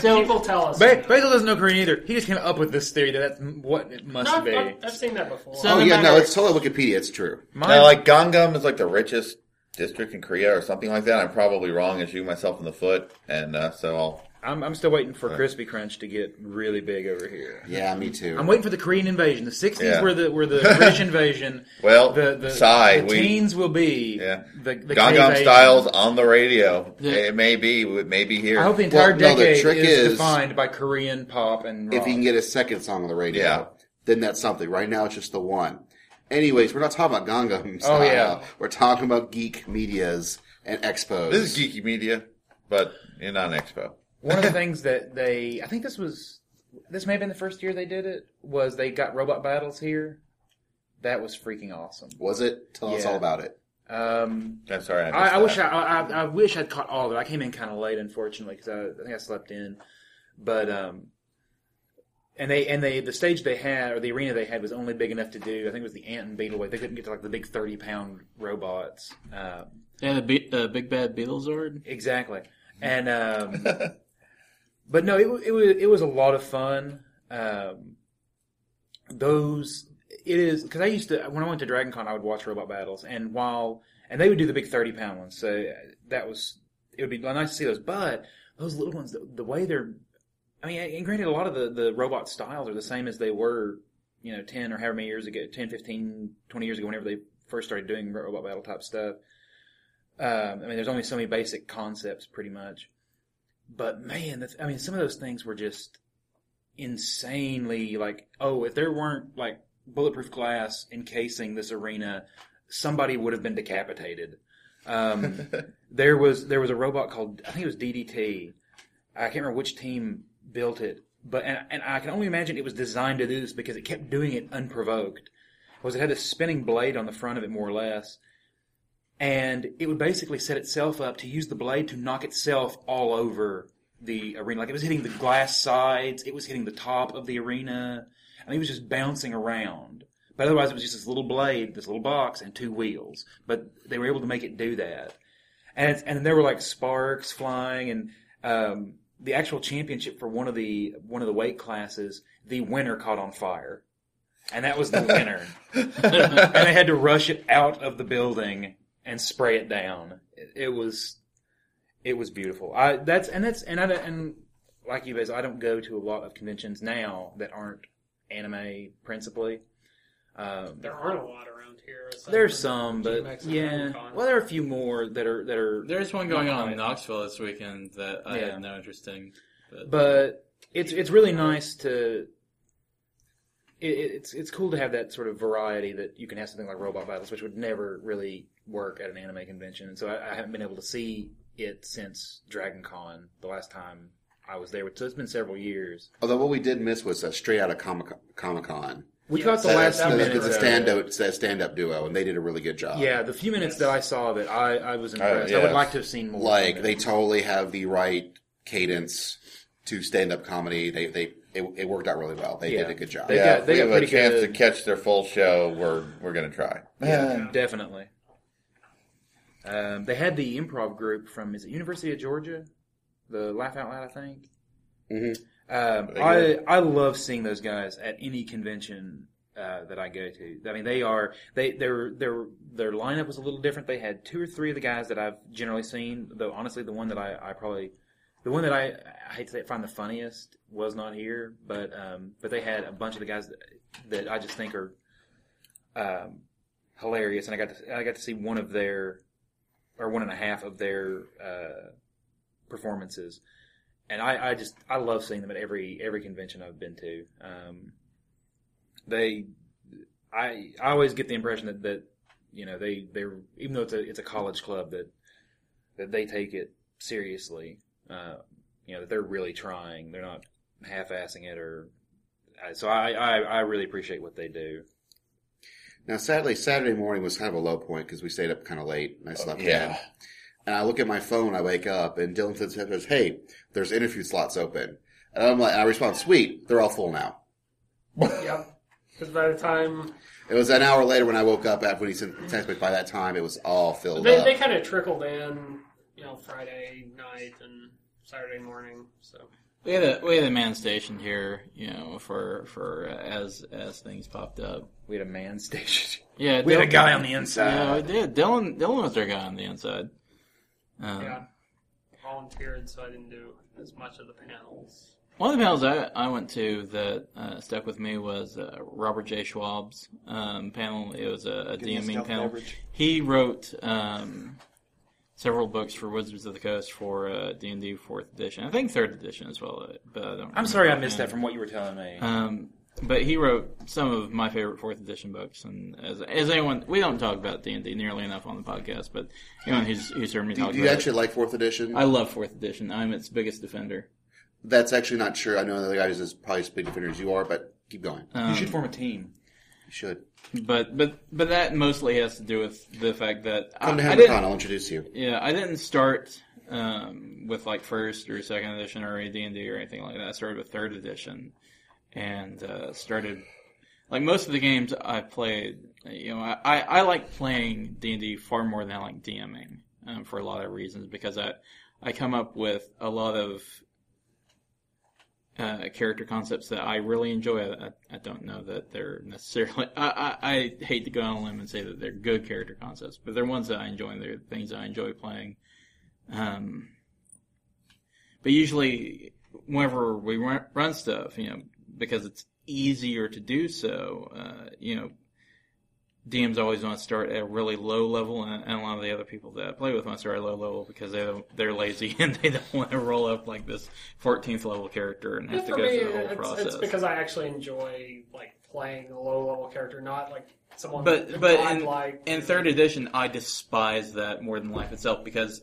S3: People tell us.
S4: Ba- Basil doesn't know Korean either. He just came up with this theory that that's m- what it must
S3: No, I've,
S4: be.
S3: I've, I've seen that before.
S2: So-
S7: Oh
S2: No
S7: yeah, no,
S2: matter-
S7: it's totally Wikipedia. It's true.
S4: Mine-
S6: Now, like Gangnam is like the richest district in Korea or something like that. I'm probably wrong and shooting myself in the foot, and uh, so I'll.
S4: I'm, I'm still waiting for Krispy Crunch to get really big over here.
S7: Yeah, me too.
S4: I'm waiting for the Korean invasion. The 60s
S6: Yeah.
S4: were the were the British invasion.
S6: Well,
S4: the the,
S6: sigh,
S4: the
S6: we-
S4: teens will be
S6: Yeah.
S4: the, the
S6: Gangnam
S4: K-vasion.
S6: Styles on the radio.
S2: Yeah.
S6: It may be, it may be here.
S4: I hope the entire
S7: Well, no, the
S4: decade
S7: trick
S4: is,
S7: is-
S4: defined by Korean pop and rock.
S7: if you can get a second song on the radio,
S6: Yeah.
S7: then that's something. Right now, it's just the one. Anyways, we're not talking about Gangnam Style.
S4: Oh, yeah.
S7: We're talking about geek medias and expos.
S6: this is geeky media, but in on expo.
S4: One of the things that they, I think this was, this may have been the first year they did it, was they got robot battles here. That was freaking awesome.
S7: Was it? Tell us
S4: Yeah.
S7: all about it.
S4: Um,
S6: I'm sorry. I,
S4: I,
S6: missed
S4: I wish
S6: that.
S4: I, I, I wish I'd caught all of it. I came in kind of late, unfortunately, because I, I think I slept in. But um, and they and they the stage they had or the arena they had was only big enough to do. I think it was the ant and beetle. Like they couldn't get to like the big thirty pound robots. Um,
S2: Yeah, the be- uh, big bad Beetlesord.
S4: Exactly. And um, but no, it, wa- it was it was a lot of fun. Um, those it is because I used to when I went to Dragon Con, I would watch robot battles, and while and they would do the big thirty pound ones, so uh, that was it would be nice to see those. But those little ones, the, the way they're, I mean, and granted, a lot of the the robot styles are the same as they were, you know, ten or however many years ago, 10, 15, 20 years ago, whenever they first started doing robot battle type stuff. Um, I mean, there's only so many basic concepts, pretty much. But man, that's, I mean, some of those things were just insanely like, oh, if there weren't like bulletproof glass encasing this arena, somebody would have been decapitated. Um, there was there was a robot called I think it was DDT. I can't remember which team built it, but and, and I can only imagine it was designed to do this because it kept doing it unprovoked. Was it had a spinning blade on the front of it more or less, and it would basically set itself up to use the blade to knock itself all over the arena. Like it was hitting the glass sides, it was hitting the top of the arena, and it was just bouncing around. But otherwise, it was just this little blade, this little box, and two wheels. But they were able to make it do that, and it's, and there were like sparks flying, and um, the actual championship for one of the one of the weight classes, the winner caught on fire, and that was the winner and they had to rush it out of the building and spray it down. It, it was, it was beautiful. I that's and that's and I don't- and like you guys, I don't go to a lot of conventions now that aren't anime principally. Um,
S3: There aren't a lot around here. aside
S4: there's
S3: from-
S4: some, but
S3: GMX and
S4: yeah,
S3: Comic-Con.
S4: well, there are a few more that are that are,
S2: There's one going on in Knoxville this weekend that I
S4: Yeah.
S2: had no interest in. But,
S4: but it's it's really nice to. It, it- it's it's cool to have that sort of variety that you can have something like Robot Battles, which would never really work at an anime convention. And so I, I haven't been able to see it since Dragon Con the last time I was there, which so it's been several years.
S7: Although what we did miss was uh, straight out of Comic Comic Con.
S4: We
S3: Yeah,
S4: caught the
S3: that-
S4: last
S3: that
S4: few
S3: was
S4: minutes.
S7: It's a
S3: good.
S4: of it.
S7: stand up, stand up duo, and they did a really good job.
S4: Yeah, the few minutes that I saw of it, I, I was impressed. I
S6: yes.
S4: would like to have seen more.
S7: like
S4: from
S7: they
S4: it.
S7: totally have the right cadence to stand up comedy. They they it, it worked out really well. They
S4: Yeah.
S7: did a good job.
S4: They
S6: yeah,
S4: got-
S6: if
S4: they
S6: we
S4: got
S6: have a
S4: pretty
S6: chance
S4: good.
S6: to catch their full show. We're we're gonna try.
S4: Definitely. Um, they had the improv group from is it University of Georgia, the Laugh Out Loud, I think.
S7: Mhm.
S4: Um, I I love seeing those guys at any convention uh, that I go to. I mean, they are they their their their lineup was a little different. They had two or three of the guys that I've generally seen, though. Honestly, the one that I, I probably the one that I, I hate to say it, find the funniest was not here, but um, but they had a bunch of the guys that, that I just think are um, hilarious, and I got to I got to see one of their or one and a half of their uh, performances, and I, I just I love seeing them at every every convention I've been to. Um, they I I always get the impression that that you know they they're even though it's a it's a college club that that they take it seriously. Uh, you know that they're really trying. They're not half-assing it or. I- So I, I, I really appreciate what they do.
S7: Now, sadly, Saturday morning was kind of a low point because we stayed up kind of late
S4: Oh,
S7: and I slept in.
S6: yeah.
S7: And I look at my phone, I wake up, and Dylan says, says, "Hey, there's interview slots open." And I'm like, I respond, "Sweet, they're all full now."
S3: Yep. Because by the time
S7: It was an hour later when I woke up after when he sent the text, but by that time it was all filled
S3: they,
S7: up.
S3: they kind of trickled in, you know, Friday night and Saturday morning. So
S2: we had a we had a man stationed here, you know, for for uh, as as things popped up.
S4: We had a man station.
S2: Yeah,
S4: We had a
S2: Dylan-
S4: guy on the
S2: Yeah, we
S4: inside.
S2: did. Dylan Dylan was their guy on the inside. Um,
S3: yeah, volunteered, so I didn't do as much of the panels.
S2: One of the panels I, I went to that uh, stuck with me was uh, Robert J. Schwab's um, panel. It was a, a DMing panel. He wrote um, several books for Wizards of the Coast for uh, D&D 4th edition. I think 3rd edition as well, uh, but I don't
S4: I'm
S2: remember
S4: sorry I missed
S2: offhand.
S4: that from what you were telling me.
S2: Um, but he wrote some of my favorite fourth edition books, and as as anyone, we don't talk about D and D nearly enough on the podcast. But anyone who's who's heard me
S7: do,
S2: talk
S7: do
S2: about
S7: you actually like fourth edition?
S2: it, I love fourth edition. I'm its biggest defender.
S7: That's actually not true. I know another guy who's as- probably as big defender as you are, but keep going.
S2: Uh,
S4: you should form a team.
S7: you should.
S2: Um, But but but that mostly has to do with the fact that I,
S7: Come to
S2: I
S7: Hammer Con,
S2: didn't.
S7: I'll introduce you.
S2: Yeah, I didn't start um, with like first or second edition or D and D or anything like that. I started with third edition, and uh, started like most of the games I played, you know, I, I, I like playing D and D far more than I like DMing um, for a lot of reasons because I I come up with a lot of uh, character concepts that I really enjoy. I, I don't know that they're necessarily. I, I, I hate to go on a limb and say that they're good character concepts, but they're ones that I enjoy. and They're things I enjoy playing. Um, but usually, whenever we run, run stuff, you know, because it's easier to do so, uh, you know, DMs always want to start at a really low level, and, and a lot of the other people that I play with want to start at a low level because they don't, they're lazy and they don't want to roll up like this 14th level character and have to
S3: For
S2: go
S3: me,
S2: through the whole
S3: it's,
S2: process.
S3: it's because I actually enjoy like playing a low level character, not like someone
S2: But but in,
S3: godlike.
S2: in third edition, I despise that more than life itself because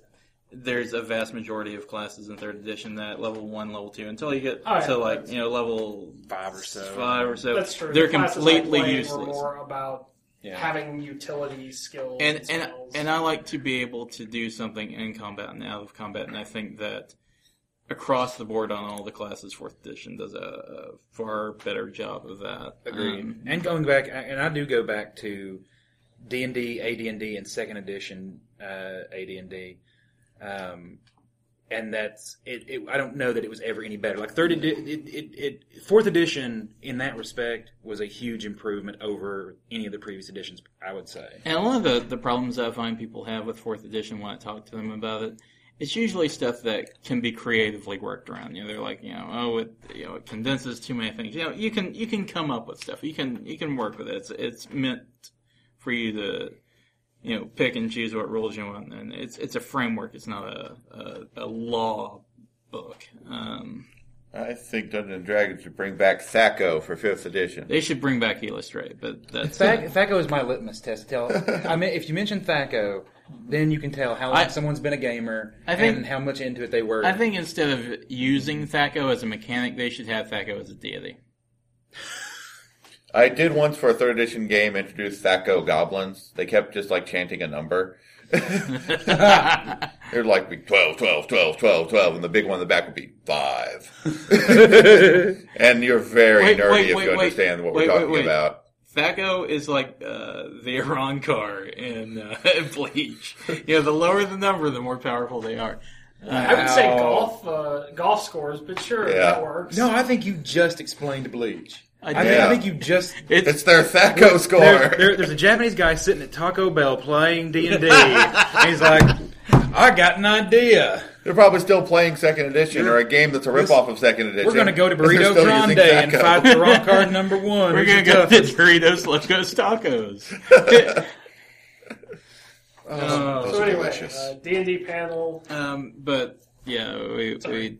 S2: there's a vast majority of classes in third edition that level one, level two, until you get
S3: Oh, yeah,
S2: to like
S3: that's-
S2: you know level
S4: Five or so.
S2: five or so,
S3: That's true.
S2: they're
S3: The classes I
S2: completely
S3: played were
S2: useless.
S3: More about
S4: Yeah.
S3: having utility skills
S2: and and
S3: spells.
S2: and I like to be able to do something in combat and out of combat, and I think that across the board on all the classes, fourth edition does a, a far better job of that.
S4: Agreed.
S2: Um,
S4: and going back, and I do go back to D and D, AD and D, and second edition uh, AD and D, um, and that's it, it. I don't know that it was ever any better. Like third, edi- it, it, it, fourth edition in that respect was a huge improvement over any of the previous editions. I would say.
S2: And one of the, the problems I find people have with fourth edition when I talk to them about it, it's usually stuff that can be creatively worked around. You know, they're like, you know, oh, it you know it condenses too many things. You know, you can you can come up with stuff. You can you can work with it. It's it's meant for you to you know pick and choose what rules you want, and it's it's a framework. It's not a a, a law book. Um,
S6: I think Dungeons and Dragons should bring back Sacco for fifth edition.
S2: they should bring back Illustrate, but that's
S4: Thac- Thaco is my litmus test. to Tell I mean, if you mention Thaco, then you can tell how long
S2: I-
S4: someone's been a gamer
S2: I think-
S4: and how much into it they were.
S2: I think instead of using Thaco as a mechanic, they should have Thaco as a deity.
S6: I did once for a third edition game introduce Sacco goblins. They kept just like chanting a number. It'd like be 12, 12, 12, 12, 12, and the big one in the back would be 5. and you're very
S2: Wait,
S6: nerdy
S2: wait,
S6: if
S2: wait, wait.
S6: you understand what
S2: Wait,
S6: we're
S2: wait,
S6: talking
S2: wait.
S6: about.
S2: Thaco is like uh, the Iran car in uh, Bleach. You know, the lower the number, the more powerful they are.
S3: I would say
S4: Wow.
S3: golf uh, golf scores, but sure
S6: Yeah.
S3: that works.
S4: No, I think you just explained Bleach. I,
S2: did.
S4: think,
S6: Yeah.
S4: I think you just.
S6: It's their Sacco score.
S4: There- there- there's a Japanese guy sitting at Taco Bell playing D and D, and he's like, "I got an idea.
S6: They're probably still playing second edition or a game that's a ripoff of second edition.
S4: We're going to go to
S6: They're
S4: Burrito
S6: still
S4: Grande
S6: using
S4: and
S6: Sacco.
S4: fight the wrong card number one.
S2: We're gonna
S4: Who's
S2: go
S4: the
S2: to
S4: toughest?"
S2: Doritos Locos Tacos.
S6: Those
S3: So
S6: are
S3: anyway, uh,
S6: delicious.
S3: D and D panel.
S2: Um, but yeah, we, we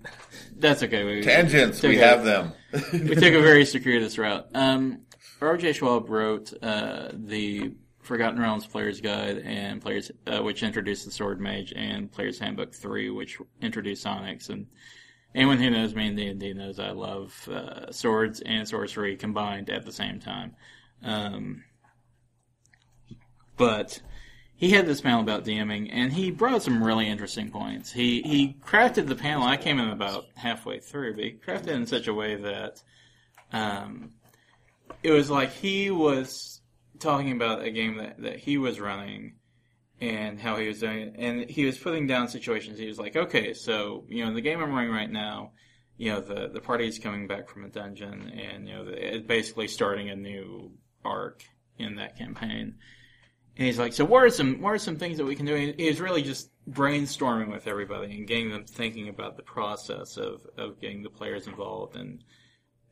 S2: that's okay. We,
S6: Tangents,
S2: Okay.
S6: we have them.
S2: we took a very circuitous route. Um, R.J. Schwab wrote uh, the Forgotten Realms Player's Guide and Players, uh, which introduced the Sword Mage, and Player's Handbook Three, which introduced Sonics. And anyone who knows me and D and D knows I love uh, swords and sorcery combined at the same time. Um, but he had this panel about DMing, and he brought up some really interesting points. He he crafted the panel. I came in about halfway through, but he crafted it in such a way that um, it was like he was talking about a game that, that he was running and how he was doing it, and he was putting down situations. He was like, okay, so you know, in the game I'm running right now, you know, the the party is coming back from a dungeon, and you know, the, it's basically starting a new arc in that campaign. And he's like, so what are some what are some things that we can do? And he was really just brainstorming with everybody and getting them thinking about the process of, of getting the players involved and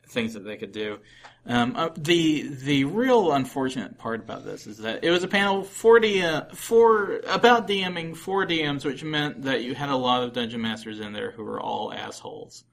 S2: things that they could do. Um, uh, the the real unfortunate part about this is that it was a panel for D, uh, for about DMing for DMs, which meant that you had a lot of dungeon masters in there who were all assholes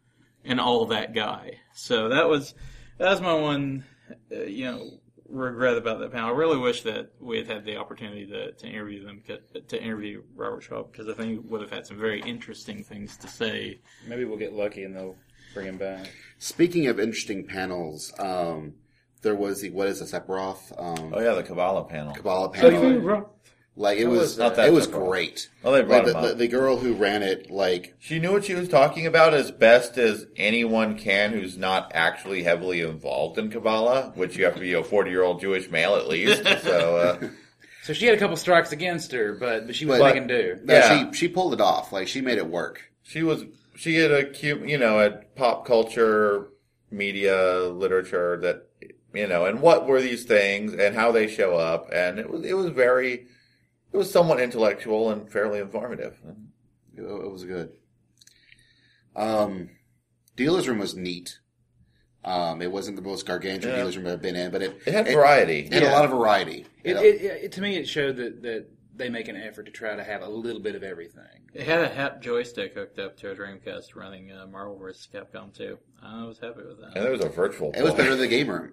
S2: and all that guy. So that was that was my one, uh, you know, regret about that panel. I really wish that we had had the opportunity to, to interview them, 'cause- to interview Robert Schwab, because I think he would have had some very interesting things to say.
S4: Maybe we'll get lucky and they'll bring him back.
S7: Speaking of interesting panels, um, there was the what is it, Sephiroth? Um,
S6: Oh, yeah, the Kabbalah panel.
S7: Kabbalah panel. Like it was,
S6: was not that
S7: it was
S6: Sephiroth.
S7: great.
S6: Oh, they
S7: Like,
S6: brought
S7: the,
S6: him
S7: the,
S6: up.
S7: the girl who ran it, like
S6: She knew what she was talking about as best as anyone can who's not actually heavily involved in Kabbalah, which you have to be a 40 year old Jewish male at least. So, uh,
S4: So she had a couple strikes against her, but, but she was
S7: But-
S4: making do.
S7: no,
S6: Yeah.
S7: she she pulled it off. Like she made it work.
S6: she was, she had a cute, you know, a pop culture, media, literature that, you know, and what were these things and how they show up. And it was, it was very, it was somewhat intellectual and fairly informative.
S7: It, it was good. Um, dealer's room was neat. Um, it wasn't the most gargantuan
S6: Yeah.
S7: Englishman I've been in, but it
S6: It had variety.
S7: It had a lot of variety.
S4: It,
S7: You know?
S4: it, it, to me, it showed that, that they make an effort to try to have a little bit of everything.
S2: It had a HAP joystick hooked up to a Dreamcast running uh, Marvel vs. Capcom 2. I was happy with that.
S6: And there was a virtual.
S7: It was
S6: plug.
S7: better than the game room.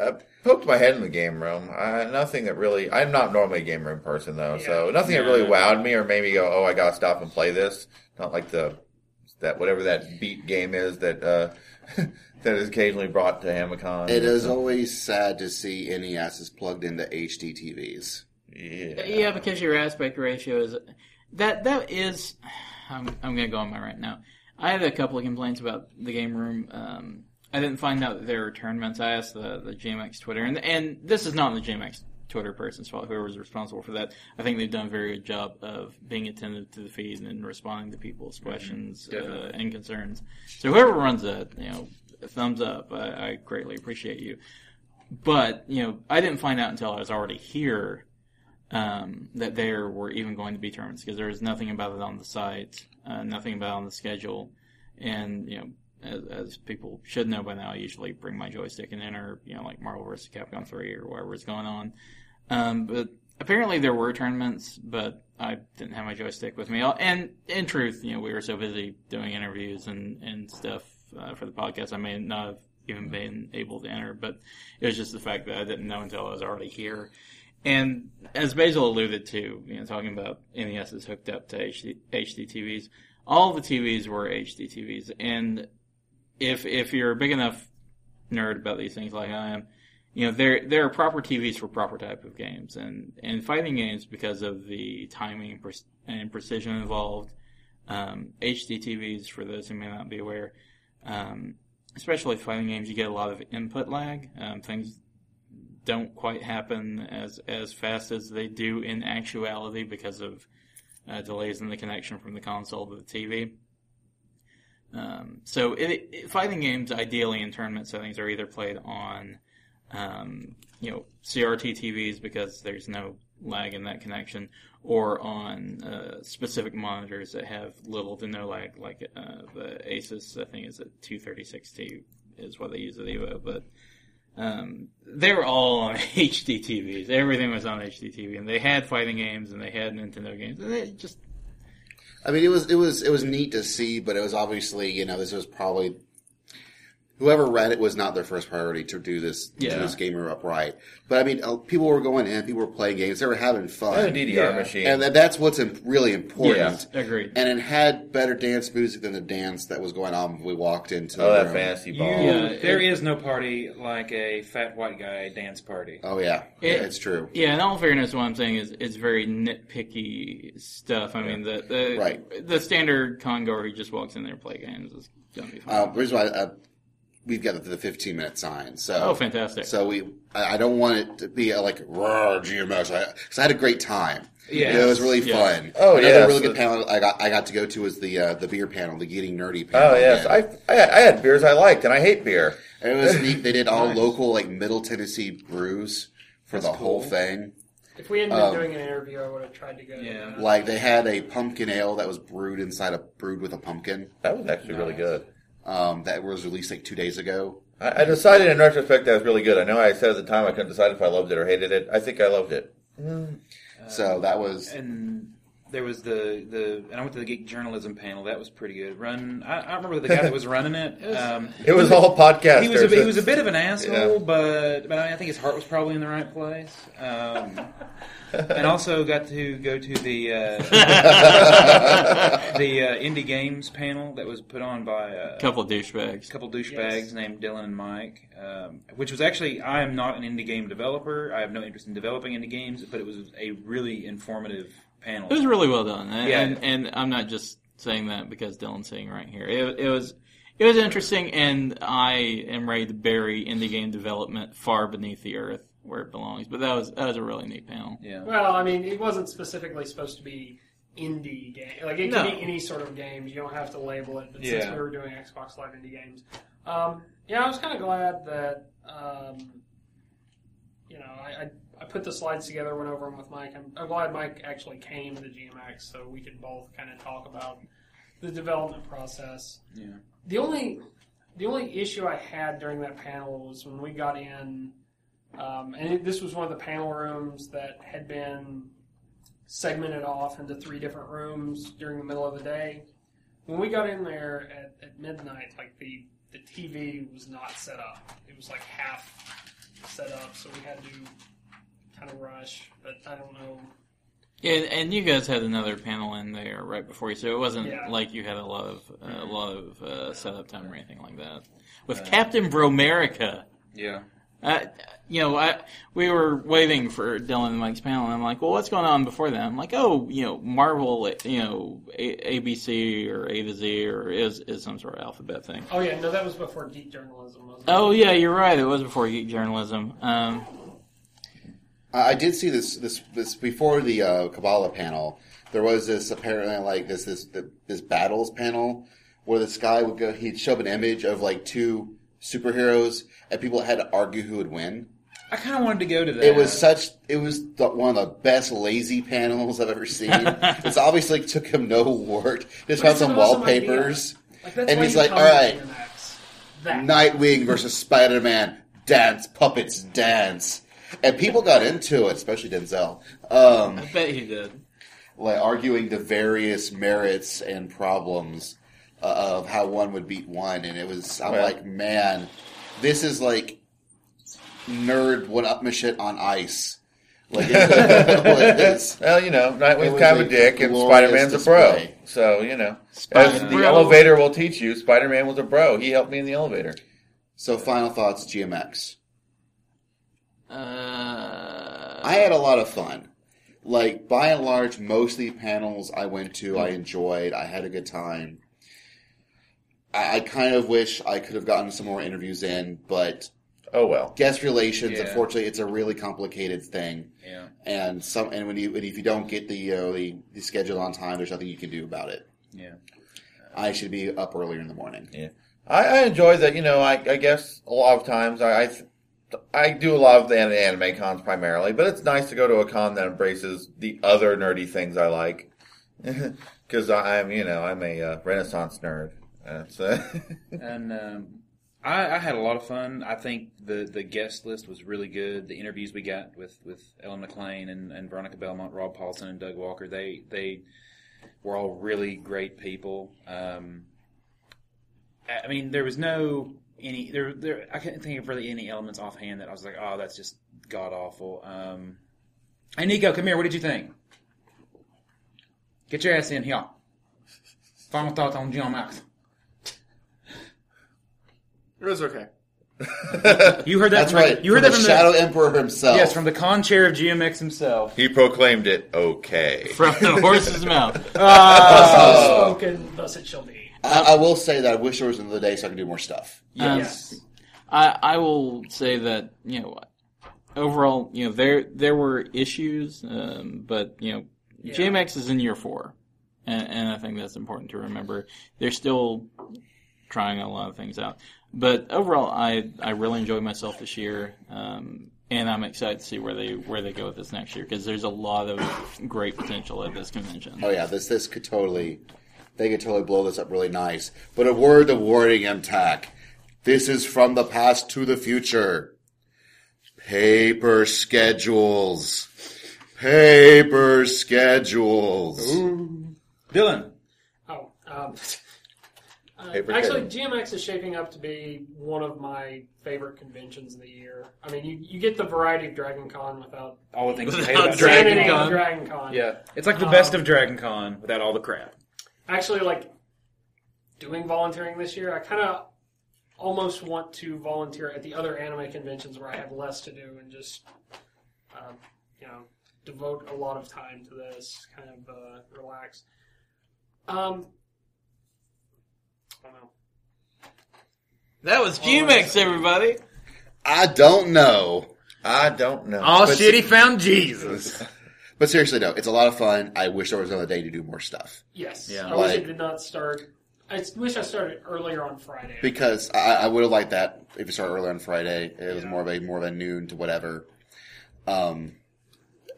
S6: I poked my head in the game room. I, nothing that really. I'm not normally a game room person though, so nothing that really
S2: Yeah.
S6: wowed me or made me go, "Oh, I gotta stop and play this." Not like the that whatever that beat game is that uh, that is occasionally brought to Oh, Amicon.
S7: it is always sad to see NESs plugged into HD TVs.
S6: Yeah.
S2: Yeah, because your aspect ratio is that that is. I'm I'm gonna go on my rant now. I had a couple of complaints about the game room. Um, I didn't find out that there were tournaments. I asked the the GMX Twitter, and and this is not the GMX Twitter person's fault. Whoever was responsible for that, I think they've done a very good job of being attentive to the feed and responding to people's questions uh, and concerns. So whoever runs that, you know, thumbs up. I, I greatly appreciate you. But you know, I didn't find out until I was already here um, that there were even going to be tournaments because there was nothing about it on the site, uh, nothing about it on the schedule, and you know, as, as people should know by now, I usually bring my joystick and enter, you know, like Marvel vs. Capcom 3 or whatever is going on. Um, but apparently there were tournaments, but I didn't have my joystick with me. And in truth, you know, we were so busy doing interviews and and stuff uh, for the podcast, I may not have even been able to enter. But it was just the fact that I didn't know until I was already here. And as Basil alluded to, you know, talking about NESs hooked up to HD, TVs, all the TVs were HD TVs. And if if you're a big enough nerd about these things like I am, you know, there there are proper TVs for proper type of games, and and fighting games because of the timing and, pre- and precision involved. Um, HD TVs, for those who may not be aware, um, especially fighting games, you get a lot of input lag. Um, things don't quite happen as as fast as they do in actuality because of uh, delays in the connection from the console to the TV. Um, so, it, it, fighting games, ideally in tournament settings, are either played on, um, you know, CRT TVs because there's no lag in that connection, or on uh, specific monitors that have little to no lag, like uh, the Asus. I think is a 236T is what they use at Evo, but um, they were all on HD TVs. Everything was on HD TV, and they had fighting games and they had Nintendo games, and it just
S7: I mean, it was it was it was neat to see, but it was obviously you know this was probably whoever ran it was not their first priority to do this to
S2: Yeah.
S7: do this gamer upright. But I mean, uh, people were going in, people were playing games, they were having
S6: I had a
S7: fun,
S6: DDR
S4: Yeah.
S6: machine.
S7: and that, that's what's im- really important.
S2: agreed.
S7: And it had better dance music than the dance that was going on when we walked into.
S6: oh,
S7: the
S6: that
S7: room.
S6: fantasy
S4: You,
S6: ball.
S2: Yeah.
S4: there is no party like a fat white guy dance party.
S7: Oh yeah,
S2: It-
S7: yeah, it's true.
S2: Yeah, in all fairness, what I'm saying is it's very nitpicky stuff. I mean, the the,
S7: Right.
S2: the standard congoer who just walks in there and play games is gonna be fine.
S7: Uh, the reason why uh, we've got the 15 minute sign, so
S2: oh, fantastic!
S7: So we, I I don't want it to be uh, like raw GMS. I, cause I had a great time.
S4: Yes.
S7: You know, it was really
S2: Yes.
S7: fun.
S6: Oh,
S7: Another
S6: yes.
S7: really good panel I got I got to go to was the uh, the beer panel, the getting nerdy panel.
S6: Oh yes,
S7: again.
S6: I, I I had beers I liked, and I hate beer.
S7: And it was neat. They did all local like Middle Tennessee brews for the whole thing.
S3: If we hadn't
S2: Um,
S3: been doing an interview, I would have tried to go.
S4: Yeah.
S3: To that.
S7: Like they had a pumpkin ale that was brewed inside a brewed with a pumpkin.
S6: That was actually really good.
S7: Um, that was released like two days ago.
S6: I, I decided in retrospect that was really good. I know I said at the time I couldn't decide if I loved it or hated it. I think I loved it.
S4: Uh,
S7: so that was
S4: And there was the, the and I went to the geek journalism panel. That was pretty good. Run, I, I remember the guy that was running it. Um,
S6: It was all podcasters.
S4: he was a, he was a bit of an asshole,
S6: Yeah.
S4: but but I, mean, I think his heart was probably in the right place. Um, and also got to go to the uh, the uh, indie games panel that was put on by uh,
S2: a couple of douchebags.
S4: couple douchebags
S3: Yes.
S4: named Dylan and Mike, um, which was actually I am not an indie game developer. I have no interest in developing indie games, but it was a really informative panel.
S2: It was really well done, and,
S4: Yeah.
S2: and, and I'm not just saying that because Dylan's sitting right here. It, it was it was interesting, and I am ready to bury indie game development far beneath the earth where it belongs. But that was that was a really neat panel.
S4: yeah,
S3: Well, I mean, it wasn't specifically supposed to be indie game. Like it can
S2: No.
S3: be any sort of games. You don't have to label it. But
S4: Yeah.
S3: since we were doing Xbox Live indie games, um, yeah, I was kind of glad that um, you know I, I I put the slides together, went over them with Mike. I'm, I'm glad Mike actually came to GMX so we could both kind of talk about the development process.
S4: yeah.
S3: The only the only issue I had during that panel was when we got in, um, and it, this was one of the panel rooms that had been segmented off into three different rooms during the middle of the day. When we got in there at, at midnight, like the the TV was not set up. It was like half set up, so we had to kind of rush. But I don't know.
S2: Yeah, and- and you guys had another panel in there right before you, so it wasn't
S3: Yeah.
S2: like you had a lot of a lot of uh, setup time or anything like that. With Captain Bromerica,
S4: Yeah.
S2: I, you know, I we were waiting for Dylan and Mike's panel, and I'm like, well, what's going on before that? I'm like, oh, you know, Marvel, you know, a- ABC or A to Z or is is some sort of alphabet thing.
S3: Oh yeah, no, that was before geek journalism. Wasn't
S2: Oh
S3: it?
S2: yeah, you're right. It was before geek journalism. Um,
S7: I I did see this this this before the uh, Kabbalah panel. There was this apparently like this this this battles panel where this guy would go. He'd show up an image of like two superheroes, and people had to argue who would win.
S4: I kind of wanted to go to that.
S7: It was such. It was the, one of the best lazy panels I've ever seen. it's obviously took him no work. Just found
S3: That's
S7: some
S3: an awesome
S7: wallpapers.
S3: Like, that's
S7: And
S3: why
S7: he's
S3: you
S7: like,
S3: come
S7: "All right."
S3: to DMX. That.
S7: Nightwing versus Spider Man. Dance puppets dance. And people got into it, especially Denzel. Um,
S2: I bet he did.
S7: like arguing the various merits and problems uh, of how one would beat one, and it was I'm
S6: Well-
S7: like, man, this is like nerd one up my shit on ice. Like, it was-
S6: Well, you know,
S7: It
S6: Nightwing's
S7: was
S6: kind of
S7: a
S6: a dick, and
S7: glorious
S6: Spider Man's a bro.
S7: display.
S6: So you know, as
S2: Spider-Man.
S6: the elevator will teach you, Spider Man was a bro. He helped me in the elevator.
S7: so final thoughts, GMX.
S2: Uh,
S7: I had a lot of fun. Like by and large, most of the panels I went to, I enjoyed. I had a good time. I, I kind of wish I could have gotten some more interviews in, but
S6: Oh well.
S7: guest relations.
S4: Yeah.
S7: Unfortunately, it's a really complicated thing,
S4: Yeah.
S7: and some and when you and if you don't get the, uh, the the schedule on time, there's nothing you can do about it.
S4: Yeah.
S7: I should be up earlier in the morning.
S6: I, I enjoy that. You know, I, I guess a lot of times I, I th- I do a lot of the an- anime cons primarily, but it's nice to go to a con that embraces the other nerdy things I like. Because I'm, you know, I'm a uh, Renaissance nerd. That's uh,
S4: And um, I, I had a lot of fun. I think the, the guest list was really good. The interviews we got with, with Ellen McLean and, and Veronica Belmont, Rob Paulson, and Doug Walker, they they were all really great people. Um, I I mean, there was no any there there. I couldn't think of really any elements offhand that I was like, oh, that's just god awful. Um, hey, Nico, come here. What did you think? Get your ass in here. Final thoughts on John Max.
S8: It was okay.
S4: You heard that
S7: That's
S4: from the-
S7: right.
S4: You heard that
S7: from the
S4: from the-
S7: Shadow Emperor himself.
S4: Yes, from the con chair of GMX himself.
S6: he proclaimed it okay.
S2: from the horse's mouth.
S7: Uh,
S3: Spoken, thus it shall be.
S7: I, I will say that I wish there was another day so I could do more stuff.
S2: Yes. I, I will say that you know overall you know there there were issues, um, but you know
S3: Yeah.
S2: JMX is in year four, and, and I think that's important to remember. They're still trying a lot of things out, but overall I I really enjoyed myself this year. Um, and I'm excited to see where they where they go with this next year because there's a lot of great potential at this convention.
S7: Oh yeah, this this could totally they could totally blow this up really nice. But a word of warning, MTAC. This is from the past to the future. Paper schedules. Paper schedules.
S4: Dylan.
S3: Oh, um, uh,
S6: Paper
S3: actually, GMX is shaping up to be one of my favorite conventions of the year. I mean, you, you get the variety of Dragon Con without
S4: All the things you hate
S2: Without
S4: about
S2: Dragon
S4: Dragon
S3: insanity of
S4: Con.
S2: Con.
S3: Dragon Con.
S4: Yeah. It's like the best of Dragon Con without all the crap.
S3: Actually, like doing volunteering this year, I kind of almost want to volunteer at the other anime conventions where I have less to do and just, um, you know, devote a lot of time to this, kind of uh, relax. Um, I don't know.
S2: That was GMX, everybody.
S7: I don't know.
S6: I don't know.
S8: All
S7: But-
S8: shit, he found Jesus.
S7: But seriously, no, it's a lot of fun. I wish there was another day to do more stuff
S3: Yes. I
S4: Yeah.
S3: wish
S7: Like-
S3: it did not start. I s- wish I started earlier on Friday.
S7: because I, I would have liked that if it started early on Friday. It was more of a more of a noon to whatever. Um,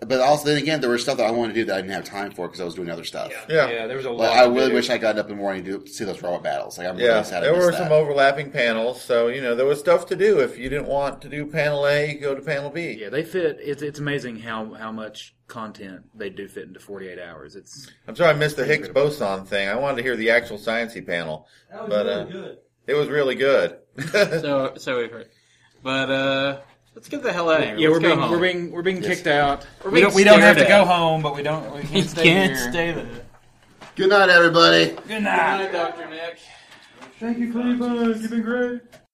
S7: but also then again, there was stuff that I wanted to do that I didn't have time for because I was doing other stuff.
S3: Yeah.
S6: Yeah.
S4: there was a lot.
S7: Like, I
S4: to
S7: really
S4: do.
S7: wish I got up in the morning to do- see those robot battles. Like I'm
S6: Yeah,
S7: really sad. I
S6: there
S7: missed
S6: were
S7: that.
S6: some overlapping panels, so you know there was stuff to do. If you didn't want to do panel A, you go to panel B.
S4: Yeah, they fit. It's it's amazing how how much content they do fit into 48 hours. It's
S6: I'm sorry I missed the Higgs boson thing. I wanted to hear the actual sciency panel.
S9: That was
S6: But,
S9: really
S6: uh,
S9: good.
S6: It was really good.
S2: So, so we've heard. But uh, let's get the hell out of here.
S4: yeah, we're
S2: Let's go
S4: being
S2: home.
S4: we're being we're being kicked out.
S2: We're
S4: we
S2: being
S4: don't we don't have to
S2: stared
S4: go
S2: at.
S4: home, but we don't we
S2: You
S4: can't stay
S2: can't
S4: here.
S2: stay there.
S7: Good night, everybody.
S4: Good night.
S2: Dr. Nick.
S4: Thank you, Cleveland. You've been great.